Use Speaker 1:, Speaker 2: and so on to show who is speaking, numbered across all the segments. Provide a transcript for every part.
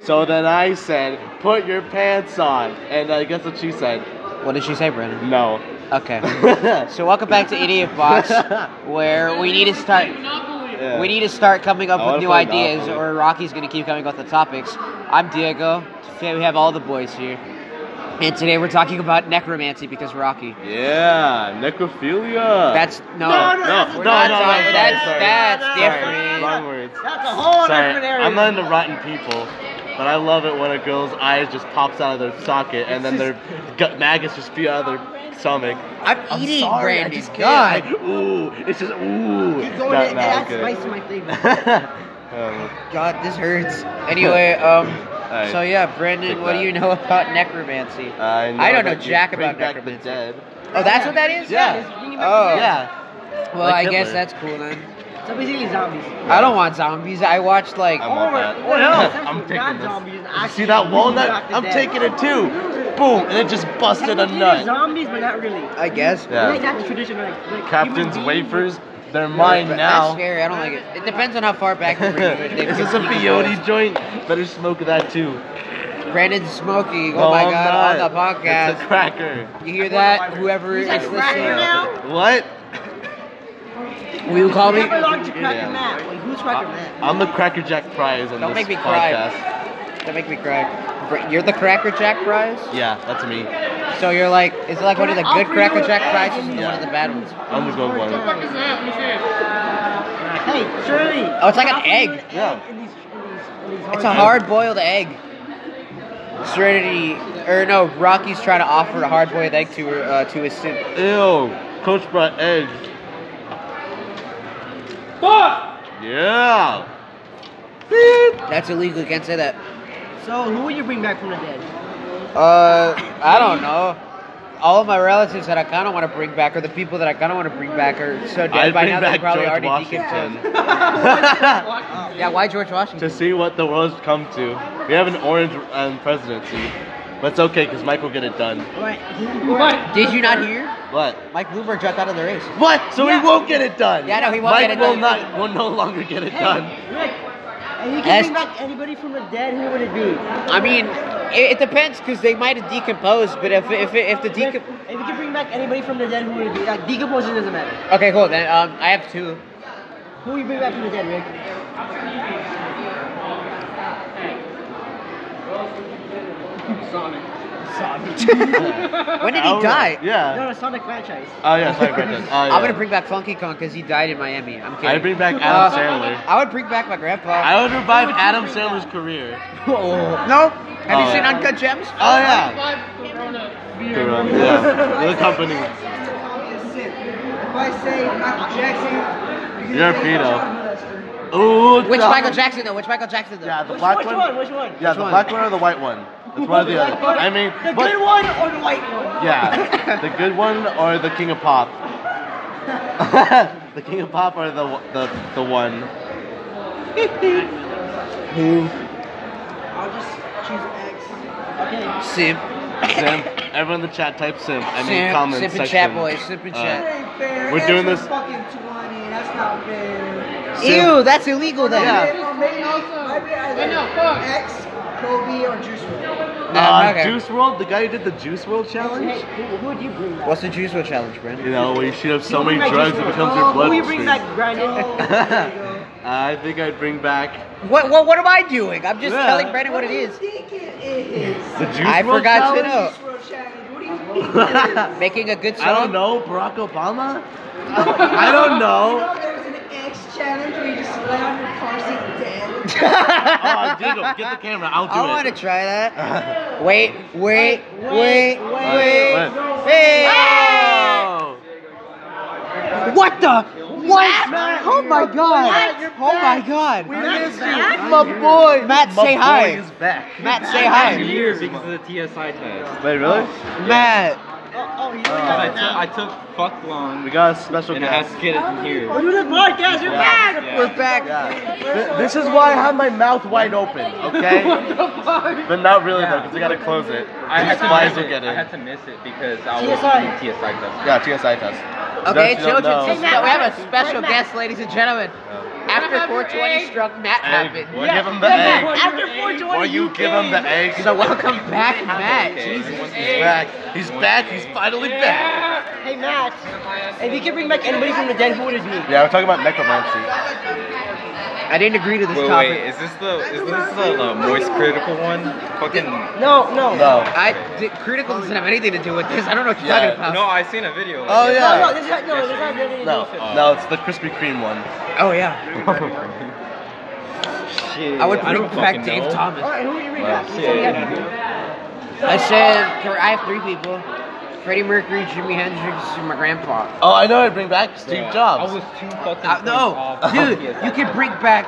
Speaker 1: So then I said, put your pants on. And uh, guess what she said?
Speaker 2: What did she say, Brandon?
Speaker 1: No.
Speaker 2: Okay. So welcome back to Idiot Box, where we need to start.
Speaker 1: Yeah.
Speaker 2: We need to start coming up
Speaker 1: I
Speaker 2: with
Speaker 1: wanna
Speaker 2: new
Speaker 1: play
Speaker 2: ideas,
Speaker 1: Monopoly.
Speaker 2: or Rocky's gonna keep coming up with the topics. I'm Diego. Today we have all the boys here, and today we're talking about necromancy because Rocky.
Speaker 1: Yeah, necrophilia.
Speaker 2: That's no,
Speaker 3: No,
Speaker 1: no, no,
Speaker 3: no,
Speaker 1: no, no, no,
Speaker 2: we're not talking-
Speaker 1: sorry,
Speaker 2: that's-
Speaker 1: sorry.
Speaker 2: that's
Speaker 1: Sorry,
Speaker 2: different.
Speaker 1: Wrong words.
Speaker 3: That's a whole
Speaker 1: Sorry,
Speaker 3: different area.
Speaker 1: I'm not into rotten people, but I love it when a girl's eyes just pops out of their socket and then their gut maggots just spew out of their stomach.
Speaker 2: I'm,
Speaker 3: I'm
Speaker 2: eating
Speaker 3: sorry, I
Speaker 2: Brandon.
Speaker 3: just
Speaker 2: God,
Speaker 3: can't.
Speaker 1: Like, ooh, it's just ooh.
Speaker 3: Keep going.
Speaker 1: No,
Speaker 3: it-
Speaker 1: no,
Speaker 3: that's
Speaker 1: okay.
Speaker 3: my, my favorite.
Speaker 1: um,
Speaker 2: God, this hurts. Anyway, um,
Speaker 1: right.
Speaker 2: so yeah, Brandon,
Speaker 1: Take
Speaker 2: what
Speaker 1: that.
Speaker 2: do
Speaker 1: Uh,
Speaker 2: you know about necromancy?
Speaker 1: I, know
Speaker 2: I don't know
Speaker 1: that you
Speaker 2: jack
Speaker 1: bring
Speaker 2: about
Speaker 1: back the
Speaker 2: necromancy.
Speaker 1: dead.
Speaker 2: Oh, that's what that is.
Speaker 1: Yeah.
Speaker 2: Oh.
Speaker 1: Yeah.
Speaker 2: Well,
Speaker 1: Like
Speaker 2: I guess
Speaker 1: Hitler.
Speaker 2: that's cool then.
Speaker 3: So basically zombies.
Speaker 2: I don't want zombies. I watched like
Speaker 1: I want
Speaker 3: Or-
Speaker 1: that.
Speaker 3: or
Speaker 1: Yeah,
Speaker 3: zombies,
Speaker 1: I'm
Speaker 3: not
Speaker 1: taking this.
Speaker 3: zombies,
Speaker 1: You see
Speaker 3: actually
Speaker 1: that walnut?
Speaker 3: bring back the
Speaker 1: I'm
Speaker 3: dead.
Speaker 1: taking it too. Boom, and it just busted a
Speaker 3: Technically, they're
Speaker 1: nut.
Speaker 3: Zombies, but not really.
Speaker 2: I guess.
Speaker 1: Yeah.
Speaker 3: Like not the traditional. Like, like
Speaker 1: Captain's
Speaker 3: human beings.
Speaker 1: wafers, they're
Speaker 2: But
Speaker 1: mine
Speaker 2: That's
Speaker 1: now.
Speaker 2: scary. I don't like it. It depends on how far back they bring-
Speaker 1: Is this a
Speaker 2: they-
Speaker 1: peyote joint? Better smoke that too.
Speaker 2: Brandon's smoking. Oh
Speaker 1: No,
Speaker 2: my
Speaker 1: I'm
Speaker 2: god!
Speaker 1: not.
Speaker 2: On the podcast.
Speaker 1: It's a cracker.
Speaker 2: you hear that? Whoever
Speaker 3: He's
Speaker 2: is
Speaker 3: like
Speaker 2: listening,
Speaker 3: cracker now?
Speaker 1: What?
Speaker 2: will you call me?
Speaker 3: Never belonged to Cracker
Speaker 1: Yeah.
Speaker 3: Matt. Like, who's Cracker Matt?
Speaker 1: I'm the Cracker Jack prize in
Speaker 2: Don't
Speaker 1: this
Speaker 2: make me cry.
Speaker 1: podcast.
Speaker 2: That make me cry. Bra- You're the Cracker Jack prize.
Speaker 1: Yeah, that's me.
Speaker 2: So you're like, is it like one of the
Speaker 3: I'll
Speaker 2: good
Speaker 3: bring
Speaker 2: Cracker
Speaker 3: you a
Speaker 2: Jack
Speaker 3: bag
Speaker 2: prizes and
Speaker 1: and-
Speaker 2: one of the bad ones?
Speaker 1: I'm the good one.
Speaker 3: fuck is that? Hey, Shirley.
Speaker 2: Oh, it's like an
Speaker 3: I'll bring
Speaker 2: egg.
Speaker 3: you an egg
Speaker 1: Yeah.
Speaker 3: in these- in these- in these
Speaker 2: It's a hard-boiled egg. Serenity, or no, Rocky's trying to offer a hard-boiled egg to her, uh, to his student.
Speaker 1: Ew, Coach brought eggs. Yeah.
Speaker 2: That's illegal. You can't say that.
Speaker 3: So who would you bring back from the dead?
Speaker 2: Uh, I don't know. All of my relatives that I kind of want to bring back, or the people that I kind of want to bring back, are so dead
Speaker 1: I'd
Speaker 2: by
Speaker 1: bring
Speaker 2: now they're
Speaker 1: back
Speaker 2: probably
Speaker 1: George
Speaker 2: already
Speaker 1: Washington
Speaker 2: decomposed. yeah, why George
Speaker 1: to
Speaker 2: Washington?
Speaker 1: see what the world's come to. We have an orange um, presidency, but it's okay because Mike will get it done.
Speaker 3: What?
Speaker 2: Did you not hear?
Speaker 1: What?
Speaker 2: Mike Bloomberg dropped out of the race.
Speaker 1: What? So
Speaker 3: Yeah.
Speaker 1: he won't get it done.
Speaker 2: Yeah, no, he won't
Speaker 1: Mike
Speaker 2: get it
Speaker 1: will
Speaker 2: done.
Speaker 1: not. Will no longer get it
Speaker 3: Hey,
Speaker 1: done.
Speaker 3: Rick. And you can
Speaker 2: That's-
Speaker 3: bring back anybody from the dead. Who would it be?
Speaker 2: I mean, it, it depends because they might have decomposed, but if if if the
Speaker 3: Rick,
Speaker 2: decom
Speaker 3: if you can bring back anybody from the dead, who would it be? Like decomposing doesn't matter.
Speaker 2: okay, cool. Then um, I have two.
Speaker 3: Who you bring back from the dead, Rick?
Speaker 2: When did he
Speaker 1: Alright.
Speaker 2: die?
Speaker 3: No,
Speaker 1: Yeah.
Speaker 3: no, Sonic franchise.
Speaker 1: Oh yeah, sorry, Brendan. Oh, yeah.
Speaker 2: I'm gonna bring back Funky Kong because he died in Miami. I'm kidding.
Speaker 1: I'd bring back
Speaker 2: Uh,
Speaker 1: Adam Sandler.
Speaker 2: I would bring back my grandpa.
Speaker 1: I would revive Adam Sandler's career.
Speaker 2: No, have you
Speaker 1: Oh.
Speaker 2: seen Uncut Gems?
Speaker 1: Oh yeah. Corona. Yeah. The company.
Speaker 3: If I say Michael Jackson,
Speaker 1: You're a pedo. Ooh.
Speaker 2: Which
Speaker 1: no.
Speaker 2: Michael Jackson though? Which Michael Jackson though?
Speaker 1: Yeah, the
Speaker 3: Which,
Speaker 1: black
Speaker 3: which
Speaker 1: one.
Speaker 3: one? Which one?
Speaker 1: Yeah,
Speaker 2: Which
Speaker 1: the
Speaker 2: one?
Speaker 1: black one or the white one. It's one or the other. I mean,
Speaker 3: the
Speaker 1: but-
Speaker 3: good one or the white one?
Speaker 1: Yeah, the good one or the king of pop. the king of pop or the the the one.
Speaker 2: Who?
Speaker 3: I'll just choose X. Okay.
Speaker 2: Simp.
Speaker 1: Simp. Everyone in the chat type simp. I mean
Speaker 2: Simp,
Speaker 1: comment
Speaker 2: simp and
Speaker 1: section.
Speaker 2: chat, boys. Simp and
Speaker 1: Uh,
Speaker 2: chat.
Speaker 1: We're X doing was this-
Speaker 3: Fucking 20. That's not fair.
Speaker 1: Simp.
Speaker 2: Ew, that's illegal then.
Speaker 1: Yeah.
Speaker 3: X, Kobe, or Juice WRLD.
Speaker 2: Nah,
Speaker 1: uh,
Speaker 2: okay.
Speaker 1: Juice World, the guy who did the Juice World challenge.
Speaker 3: Who who would you bring back?
Speaker 2: What's the juice world challenge, Brandon?
Speaker 1: You know, where you shoot up so
Speaker 3: Who would
Speaker 1: many
Speaker 3: you bring back
Speaker 1: drugs
Speaker 3: Juice
Speaker 1: it
Speaker 3: WRLD?
Speaker 1: becomes
Speaker 3: Oh,
Speaker 1: your
Speaker 3: Who you bring
Speaker 1: bloodstream.
Speaker 3: back, Brandon?
Speaker 1: I think I'd bring back
Speaker 2: What, what what am I doing? I'm just
Speaker 1: Yeah.
Speaker 2: telling Brandon what it is.
Speaker 1: the Juice
Speaker 2: I
Speaker 1: World
Speaker 2: forgot to
Speaker 1: challenge.
Speaker 2: know.
Speaker 1: to know.
Speaker 2: Making a good song.
Speaker 1: I don't know, Barack Obama? I don't know.
Speaker 4: There was an X challenge where you just lay on your car seat dead.
Speaker 1: Oh, Diego, get the camera. I'll do
Speaker 2: I
Speaker 1: it.
Speaker 2: want to try that. wait, wait, wait, wait,
Speaker 3: Wait,
Speaker 1: wait.
Speaker 2: wait.
Speaker 1: Oh.
Speaker 2: What the? What?
Speaker 3: Matt,
Speaker 2: oh my
Speaker 3: you're
Speaker 2: god!
Speaker 3: back, you're
Speaker 2: Oh my
Speaker 3: back.
Speaker 2: god!
Speaker 3: We missed you.
Speaker 2: My boy, Matt, say hi.
Speaker 1: back.
Speaker 2: Matt, say hi.
Speaker 5: years because of the TSI test.
Speaker 1: Wait, really?
Speaker 2: Matt,
Speaker 3: Oh, oh, you
Speaker 5: I
Speaker 1: Uh,
Speaker 3: got
Speaker 5: took, I took fuck long
Speaker 1: We got a special
Speaker 5: and I had
Speaker 1: guest.
Speaker 5: to get it from here.
Speaker 3: You did podcast, you're
Speaker 1: Yeah.
Speaker 3: back!
Speaker 2: we're back.
Speaker 1: Th- This is why I have my mouth wide open, okay? But not really though, because I gotta close it.
Speaker 5: I had,
Speaker 1: These
Speaker 5: to
Speaker 1: flies
Speaker 5: miss
Speaker 1: will
Speaker 5: it.
Speaker 1: get
Speaker 5: I had
Speaker 1: in.
Speaker 5: to miss it because I was
Speaker 3: TSI.
Speaker 5: in TSI test.
Speaker 1: Yeah, TSI test.
Speaker 2: Okay,
Speaker 1: Don't you
Speaker 2: children,
Speaker 1: know.
Speaker 2: we have a special guest, ladies and gentlemen. After 420 struck, Matt
Speaker 1: Egg.
Speaker 2: happened.
Speaker 1: Well,
Speaker 4: Yeah,
Speaker 1: give him the
Speaker 4: yeah,
Speaker 1: egg.
Speaker 4: After 420,
Speaker 1: Well, you give him the egg.
Speaker 2: So welcome back, Matt.
Speaker 5: Okay.
Speaker 2: Jesus.
Speaker 5: Once
Speaker 1: He's back. He's back. He's finally back.
Speaker 3: Hey Matt, if you could bring back anybody from the dead, who would it be?
Speaker 1: Yeah, we're talking about necromancy.
Speaker 2: I didn't agree to this
Speaker 5: Wait,
Speaker 2: topic.
Speaker 5: wait, is this the is this the, the moist critical one? Fucking
Speaker 3: No, no.
Speaker 1: No.
Speaker 2: I the critical doesn't have anything to do with this. I don't know what you're
Speaker 1: Yeah,
Speaker 2: talking
Speaker 5: no,
Speaker 2: about.
Speaker 5: I seen a video. of
Speaker 1: Oh,
Speaker 5: it.
Speaker 1: yeah.
Speaker 3: No, no, this is not, no, this is not really
Speaker 1: No, no, it's the Krispy Kreme one.
Speaker 2: Oh yeah.
Speaker 5: Shit,
Speaker 2: I would bring
Speaker 5: don't
Speaker 2: back
Speaker 5: fucking
Speaker 2: Dave
Speaker 5: know.
Speaker 3: All
Speaker 2: Thomas.
Speaker 3: right, who would you bring
Speaker 1: Wow.
Speaker 3: back? You said you had-
Speaker 2: I said th- I have three people: Freddie Mercury, Jimi Hendrix, and my grandpa.
Speaker 1: Oh, I know. I bring back Steve
Speaker 5: Yeah. I
Speaker 1: Jobs.
Speaker 5: was too fucking.
Speaker 2: Uh, no,
Speaker 5: pissed off.
Speaker 2: dude, you could bring back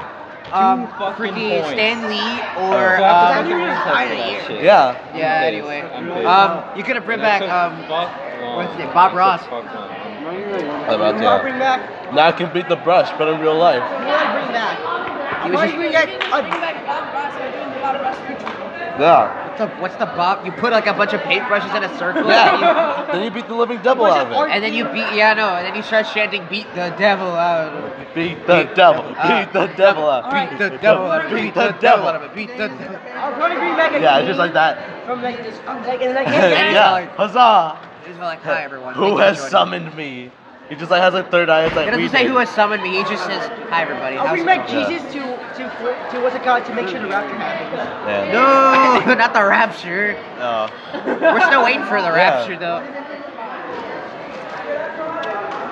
Speaker 2: um,
Speaker 5: Two fucking
Speaker 2: freaking
Speaker 5: points.
Speaker 2: Stan Lee or
Speaker 5: Fuck,
Speaker 2: uh,
Speaker 5: I'm gonna
Speaker 2: Tyler.
Speaker 5: touch that shit.
Speaker 1: Yeah.
Speaker 5: I'm
Speaker 2: Yeah.
Speaker 5: pissed.
Speaker 2: Anyway,
Speaker 5: I'm pissed.
Speaker 2: um, you could have bring back um, what's his name, Bob Ross.
Speaker 1: How about
Speaker 3: Who would I bring
Speaker 1: that?
Speaker 3: back?
Speaker 1: Now I can beat the brush, but in real life.
Speaker 3: Who would I bring back?
Speaker 2: He
Speaker 3: I
Speaker 2: was
Speaker 3: want
Speaker 2: just-
Speaker 3: to bring back.
Speaker 4: Bring
Speaker 3: A, oh,
Speaker 4: back Bob Ross, we're doing the Bob Ross ritual.
Speaker 1: Yeah.
Speaker 2: what's the what's the Bob? You put like a bunch of paintbrushes in a circle. And,
Speaker 1: Yeah. then you beat the living devil out
Speaker 2: you,
Speaker 1: of
Speaker 2: and then you beat yeah no, and then you start chanting "Beat the devil out." of it."
Speaker 1: it. Beat the devil.
Speaker 2: Uh,
Speaker 1: Beat the devil out.
Speaker 2: Beat the devil out of it. Beat the devil out of it. Beat the devil.
Speaker 3: I'll probably bring back a
Speaker 1: Yeah,
Speaker 3: team
Speaker 1: just like that.
Speaker 3: From like this, um, like in like
Speaker 1: yeah. Huzzah.
Speaker 2: He's like, hi everyone.
Speaker 1: Who has summoned me? He just like has a third eye. It's
Speaker 2: He
Speaker 1: like we
Speaker 2: doesn't say
Speaker 1: did.
Speaker 2: who has summoned me. He just says, hi everybody.
Speaker 3: I'll
Speaker 2: how's
Speaker 3: bring
Speaker 2: it
Speaker 3: back
Speaker 2: going?"
Speaker 1: Yeah.
Speaker 3: Jesus to to to what's it called to make sure the rapture happens.
Speaker 1: Yeah. Oh.
Speaker 2: No, not the rapture.
Speaker 1: No.
Speaker 2: We're still waiting for the rapture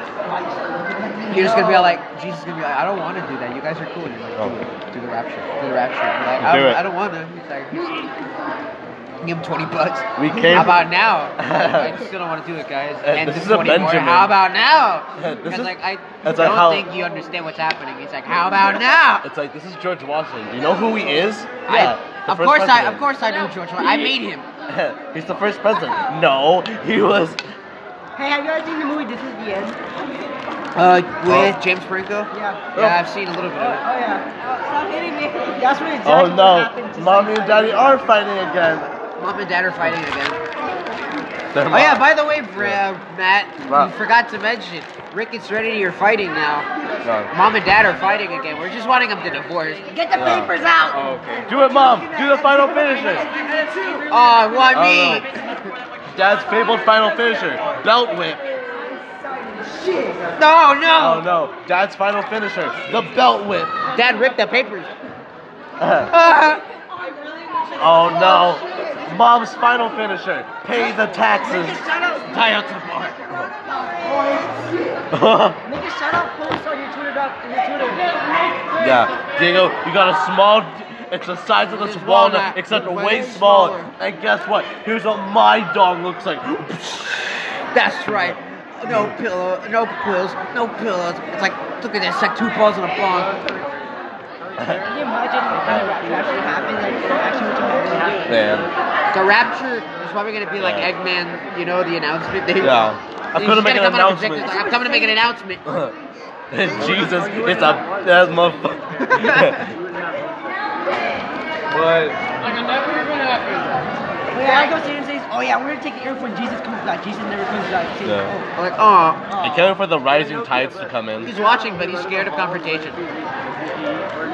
Speaker 2: though. You're just gonna be all like, Jesus is gonna be like, I don't want to do that. You guys are cool. And you're like,
Speaker 1: Oh.
Speaker 2: do, it. do the rapture, do the rapture. You're like, I
Speaker 1: Do
Speaker 2: don't,
Speaker 1: it.
Speaker 2: I don't want to. He's like, give him 20 bucks.
Speaker 1: We came-
Speaker 2: How about now? I still don't want to do it, guys.
Speaker 1: Uh,
Speaker 2: and
Speaker 1: this
Speaker 2: this
Speaker 1: is a
Speaker 2: 20 more.
Speaker 1: Benjamin.
Speaker 2: How about now?
Speaker 1: Uh, this
Speaker 2: Because
Speaker 1: is-
Speaker 2: like I
Speaker 1: that's like
Speaker 2: don't
Speaker 1: how-
Speaker 2: think you understand what's happening. He's like, how about now?
Speaker 1: It's like this is George Washington. Do you know who he is?
Speaker 2: I,
Speaker 1: the
Speaker 2: of
Speaker 1: first
Speaker 2: course I,
Speaker 1: president.
Speaker 2: of course I knew George. Washington. I made him.
Speaker 1: He's the first president. No, he was.
Speaker 3: Hey, have you guys seen the movie This Is the End?
Speaker 2: Uh, with James Franco?
Speaker 3: Yeah.
Speaker 2: Yeah, I've seen a little bit
Speaker 3: Oh, oh
Speaker 2: of it.
Speaker 3: yeah.
Speaker 4: Stop hitting me.
Speaker 3: That's what exactly
Speaker 1: Oh
Speaker 3: what happened.
Speaker 1: no,
Speaker 3: to
Speaker 1: mommy and
Speaker 3: Satan.
Speaker 1: daddy are fighting again.
Speaker 2: Mom and Dad are fighting again.
Speaker 1: They're
Speaker 2: Oh yeah, by the way, Br- uh, Matt,
Speaker 1: Wow.
Speaker 2: you forgot to mention, Rick and Serenity are fighting now.
Speaker 1: No.
Speaker 2: Mom and Dad are fighting again. We're just wanting them to divorce.
Speaker 4: Get the
Speaker 1: Yeah.
Speaker 4: papers out.
Speaker 5: Oh, okay.
Speaker 1: Do it, mom. Do the final finisher.
Speaker 2: Oh, why
Speaker 1: Oh,
Speaker 2: me?
Speaker 1: Dad's fabled final finisher, belt whip.
Speaker 2: No,
Speaker 1: Oh
Speaker 2: no.
Speaker 1: no, Dad's final finisher, the belt whip.
Speaker 2: Dad ripped the papers.
Speaker 1: oh
Speaker 2: Ah.
Speaker 1: no, mom's final finisher, pay the taxes. Tie out to the bar.
Speaker 3: Make a shout out post on your Twitter doc, your Twitter.
Speaker 1: Yeah. Diego, you got a small. It's the size of this
Speaker 2: It's
Speaker 1: walnut,
Speaker 2: walnut,
Speaker 1: except
Speaker 2: but
Speaker 1: way
Speaker 2: way
Speaker 1: smaller.
Speaker 2: smaller.
Speaker 1: And guess what? Here's what my dog looks like.
Speaker 2: That's right. No pillow, no pills, no pillows. It's like, look at this, like two balls in a bong.
Speaker 3: Can you imagine what kind of rapture actually happened? Like actually what happened?
Speaker 1: Man.
Speaker 2: The rapture is probably gonna be like
Speaker 1: Yeah.
Speaker 2: Eggman, you know, the announcement. They,
Speaker 1: Yeah. I'm
Speaker 2: they
Speaker 1: gonna
Speaker 2: just
Speaker 1: make
Speaker 2: gotta
Speaker 1: an
Speaker 2: come out and reject it,
Speaker 1: announcement.
Speaker 2: like, I'm coming to make an announcement.
Speaker 1: Jesus, it's a that motherfucker.
Speaker 5: But
Speaker 3: Wait, I go see and says, oh yeah, we're gonna take the earth when Jesus comes back. Jesus never comes back. See,
Speaker 1: Yeah.
Speaker 2: I'm like, oh,
Speaker 1: I can't wait for the rising tides to come in.
Speaker 2: he's watching, but he's scared of confrontation. They're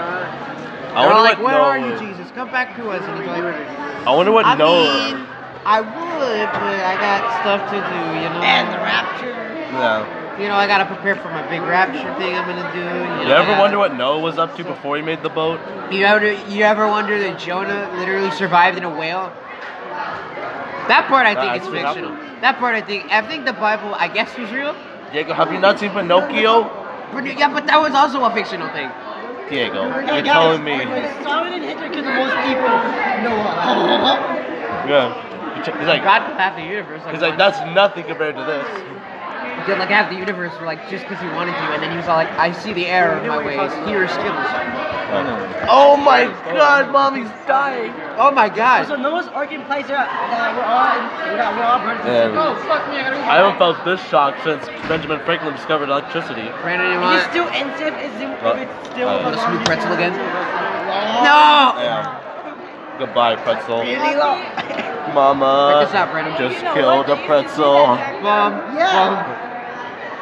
Speaker 1: I
Speaker 2: all like,
Speaker 1: wonder
Speaker 2: where
Speaker 1: what
Speaker 2: are you,
Speaker 1: Noah.
Speaker 2: Jesus? Come back to us. And he's like,
Speaker 1: I wonder what
Speaker 2: I
Speaker 1: Noah.
Speaker 2: mean, I would, but I got stuff to do, you know.
Speaker 3: And the rapture.
Speaker 1: Yeah.
Speaker 2: You know, I gotta prepare for my big rapture thing I'm gonna do. You,
Speaker 1: You
Speaker 2: know, I
Speaker 1: ever
Speaker 2: gotta-
Speaker 1: wonder what Noah was up to before he made the boat?
Speaker 2: You ever you ever wonder that Jonah literally survived in a whale? That part I
Speaker 1: That
Speaker 2: think is
Speaker 1: actually
Speaker 2: fictional. That part I think I think the Bible I guess was real.
Speaker 1: Diego, have you not seen Pinocchio?
Speaker 2: But yeah, but that was also a fictional thing.
Speaker 1: Diego, you're
Speaker 3: Hey, guys,
Speaker 1: telling me.
Speaker 3: when Solomon and Hitler killed the most people. Noah.
Speaker 1: Yeah. He's like,
Speaker 2: God killed half the universe.
Speaker 1: He's like, that's nothing compared to this.
Speaker 2: he did like half the universe for like just because he wanted to, and then he was all like, I see the error of my ways. Here are Skittles.
Speaker 1: Oh my god, mommy's dying.
Speaker 2: Oh my
Speaker 3: So
Speaker 2: God!
Speaker 3: Noah's Ark implies that, that we're all we're all, we're all burnt.
Speaker 1: Yeah.
Speaker 3: Yeah.
Speaker 1: I haven't felt this shock since Benjamin Franklin discovered electricity.
Speaker 2: Brandon, you
Speaker 3: Is it
Speaker 2: want?
Speaker 3: still NSF? Is it
Speaker 1: What?
Speaker 3: if it's still
Speaker 1: Uh,
Speaker 3: the
Speaker 1: the
Speaker 2: smooth
Speaker 3: longest-
Speaker 2: pretzel again? No.
Speaker 1: Yeah. Goodbye, pretzel.
Speaker 3: Really long.
Speaker 1: Mama.
Speaker 2: Check this out, Brandon.
Speaker 1: Just killed a pretzel.
Speaker 2: Mom.
Speaker 3: Yeah.
Speaker 2: Mom.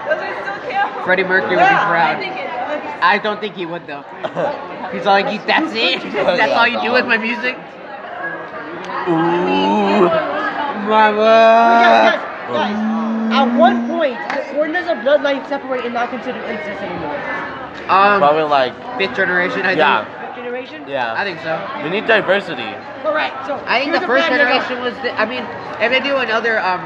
Speaker 4: Those are still cute.
Speaker 2: Freddie Mercury would be
Speaker 3: Yeah,
Speaker 4: I
Speaker 2: proud.
Speaker 4: think it looks.
Speaker 2: I don't think he would though. He's all like, "You- that's it. That's all you do with my music.
Speaker 1: Ooh.
Speaker 3: Guys,
Speaker 2: Mama.
Speaker 3: guys, guys. At one point, when does a bloodline separate and not considered incest anymore?
Speaker 2: Um,
Speaker 1: Probably like,
Speaker 2: fifth generation, I think.
Speaker 1: yeah,
Speaker 3: Fifth generation?
Speaker 2: I
Speaker 1: yeah.
Speaker 2: think so.
Speaker 1: We need diversity.
Speaker 3: Correct. So
Speaker 2: I think
Speaker 3: here's
Speaker 2: the
Speaker 3: a
Speaker 2: first
Speaker 3: bad nigga.
Speaker 2: generation was. The, I mean, if they do another, um,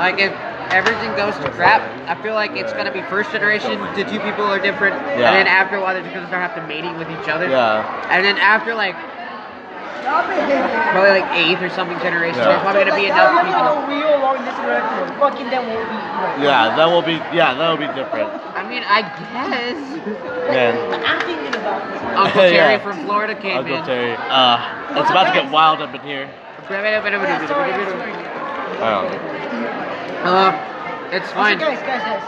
Speaker 2: like if everything goes to crap, I feel like it's gonna be first generation. The two people are different,
Speaker 1: Yeah.
Speaker 2: and then after a while they're just gonna start have to mating with each other.
Speaker 1: Yeah.
Speaker 2: And then after like
Speaker 4: Stop it.
Speaker 2: probably like eighth or something generation,
Speaker 1: Yeah.
Speaker 2: there's probably gonna be
Speaker 3: Like,
Speaker 2: another
Speaker 3: I
Speaker 2: people.
Speaker 3: don't know real long this direction. Fucking them won't be.
Speaker 1: Yeah, that will be, yeah, that will be different.
Speaker 2: I mean, I guess
Speaker 1: Man,
Speaker 3: I'm thinking about this.
Speaker 2: Uncle
Speaker 1: Yeah.
Speaker 2: Terry from Florida came
Speaker 1: Uncle
Speaker 2: in.
Speaker 1: Terry. Uh, it's about to get wild up in here.
Speaker 4: Yeah, sorry, I'm sorry.
Speaker 1: Oh.
Speaker 2: Uh, it's
Speaker 3: Also,
Speaker 2: fine.
Speaker 3: guys, guys, guys.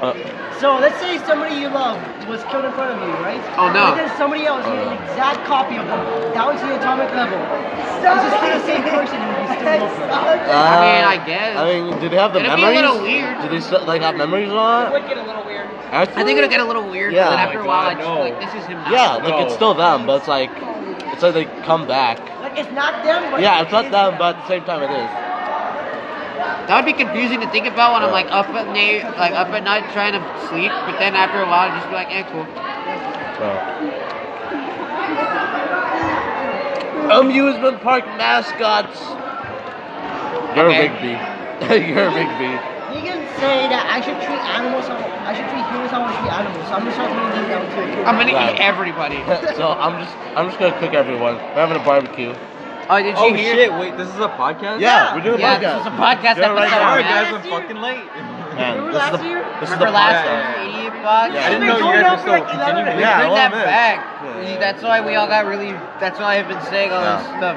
Speaker 1: Uh,
Speaker 3: So let's say somebody you love was killed in front of you, right?
Speaker 2: Oh, no.
Speaker 3: And then somebody else made
Speaker 1: Oh.
Speaker 3: an exact copy of them, down to the atomic level. This is still the same person and you still love them.
Speaker 2: I mean, I guess.
Speaker 1: Uh, I mean, did they have the
Speaker 2: It'd be a
Speaker 1: memories?
Speaker 2: little weird.
Speaker 1: Did they still, like have memories on it?
Speaker 3: Would get a little weird.
Speaker 2: I think it'll get a little weird,
Speaker 1: Yeah.
Speaker 2: but after a while,
Speaker 5: Oh
Speaker 2: I
Speaker 5: my
Speaker 2: just
Speaker 5: God,
Speaker 2: feel like
Speaker 5: no.
Speaker 2: this is him. now.
Speaker 1: Yeah, like it's
Speaker 5: No.
Speaker 1: still them, but it's like it's like they come back.
Speaker 3: Like it's not them, but
Speaker 1: Yeah, it's not
Speaker 3: it is
Speaker 1: them, but at the same time it is.
Speaker 2: That would be confusing to think about when I'm like up at night, like up at night trying to sleep, but then after a while, I'd just be like, eh, cool.
Speaker 1: Amusement park mascots. You're
Speaker 2: Okay.
Speaker 1: a big B. You're a big B.
Speaker 3: You can say that I should treat animals how I should treat humans how I treat animals. So I'm just not gonna leave them to
Speaker 2: I'm gonna eat
Speaker 1: Right. Oh,
Speaker 2: everybody.
Speaker 1: so I'm just I'm just gonna cook everyone. We're having a barbecue.
Speaker 2: Oh, did you
Speaker 5: Oh
Speaker 2: hear?
Speaker 5: shit! Wait, this is a podcast.
Speaker 1: Yeah, we're doing
Speaker 2: Yeah,
Speaker 1: a
Speaker 2: this
Speaker 1: podcast.
Speaker 2: is a podcast
Speaker 1: You're right
Speaker 2: episode.
Speaker 1: now.
Speaker 5: Sorry
Speaker 2: man.
Speaker 5: guys, I'm
Speaker 3: Last year-
Speaker 5: fucking late.
Speaker 1: Man, this
Speaker 3: Remember
Speaker 1: is
Speaker 3: last
Speaker 1: the,
Speaker 3: year?
Speaker 1: This is
Speaker 2: Remember
Speaker 1: the
Speaker 2: last
Speaker 1: podcast.
Speaker 2: year,
Speaker 1: Yeah.
Speaker 2: idiot podcast?
Speaker 5: I didn't
Speaker 3: We've
Speaker 5: know
Speaker 3: been
Speaker 5: you
Speaker 3: going
Speaker 5: guys
Speaker 3: out
Speaker 5: were
Speaker 3: for
Speaker 5: still
Speaker 3: like 11
Speaker 5: continuing.
Speaker 1: Yeah,
Speaker 2: Bring
Speaker 1: well,
Speaker 2: that
Speaker 1: man.
Speaker 2: back.
Speaker 1: Yeah.
Speaker 2: That's why we all got really. That's why I've been saying all this
Speaker 1: Yeah.
Speaker 2: stuff.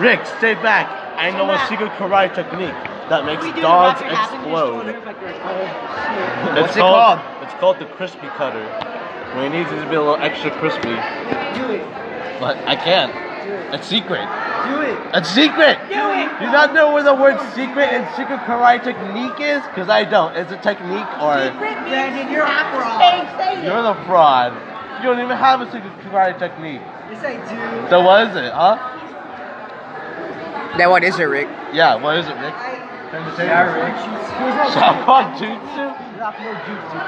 Speaker 1: Rick, stay back. I know a secret karate technique that makes
Speaker 3: We do the
Speaker 1: dogs
Speaker 3: rapid happening, you just
Speaker 1: explode.
Speaker 3: wonder if, like, you're- oh, shit.
Speaker 1: It's
Speaker 2: What's it
Speaker 1: called,
Speaker 2: called?
Speaker 1: It's called the crispy cutter. When it needs it to be a little extra crispy,
Speaker 3: Do it.
Speaker 1: but I can't. It's secret.
Speaker 3: Do it.
Speaker 1: It's secret.
Speaker 3: Do it.
Speaker 1: Do you not know where the word secret and secret karate technique is? Cause I don't. It's a technique or
Speaker 4: Brandon, you're
Speaker 3: Hey,
Speaker 4: opera.
Speaker 3: say it.
Speaker 1: you're the fraud. You don't even have a secret karate technique.
Speaker 4: Yes, I do.
Speaker 1: So what is it, huh?
Speaker 2: That what is it, Rick?
Speaker 1: Yeah, what is it, Rick?
Speaker 4: I
Speaker 1: Turn the table. Shop jutsu.
Speaker 3: Drop your jutsu.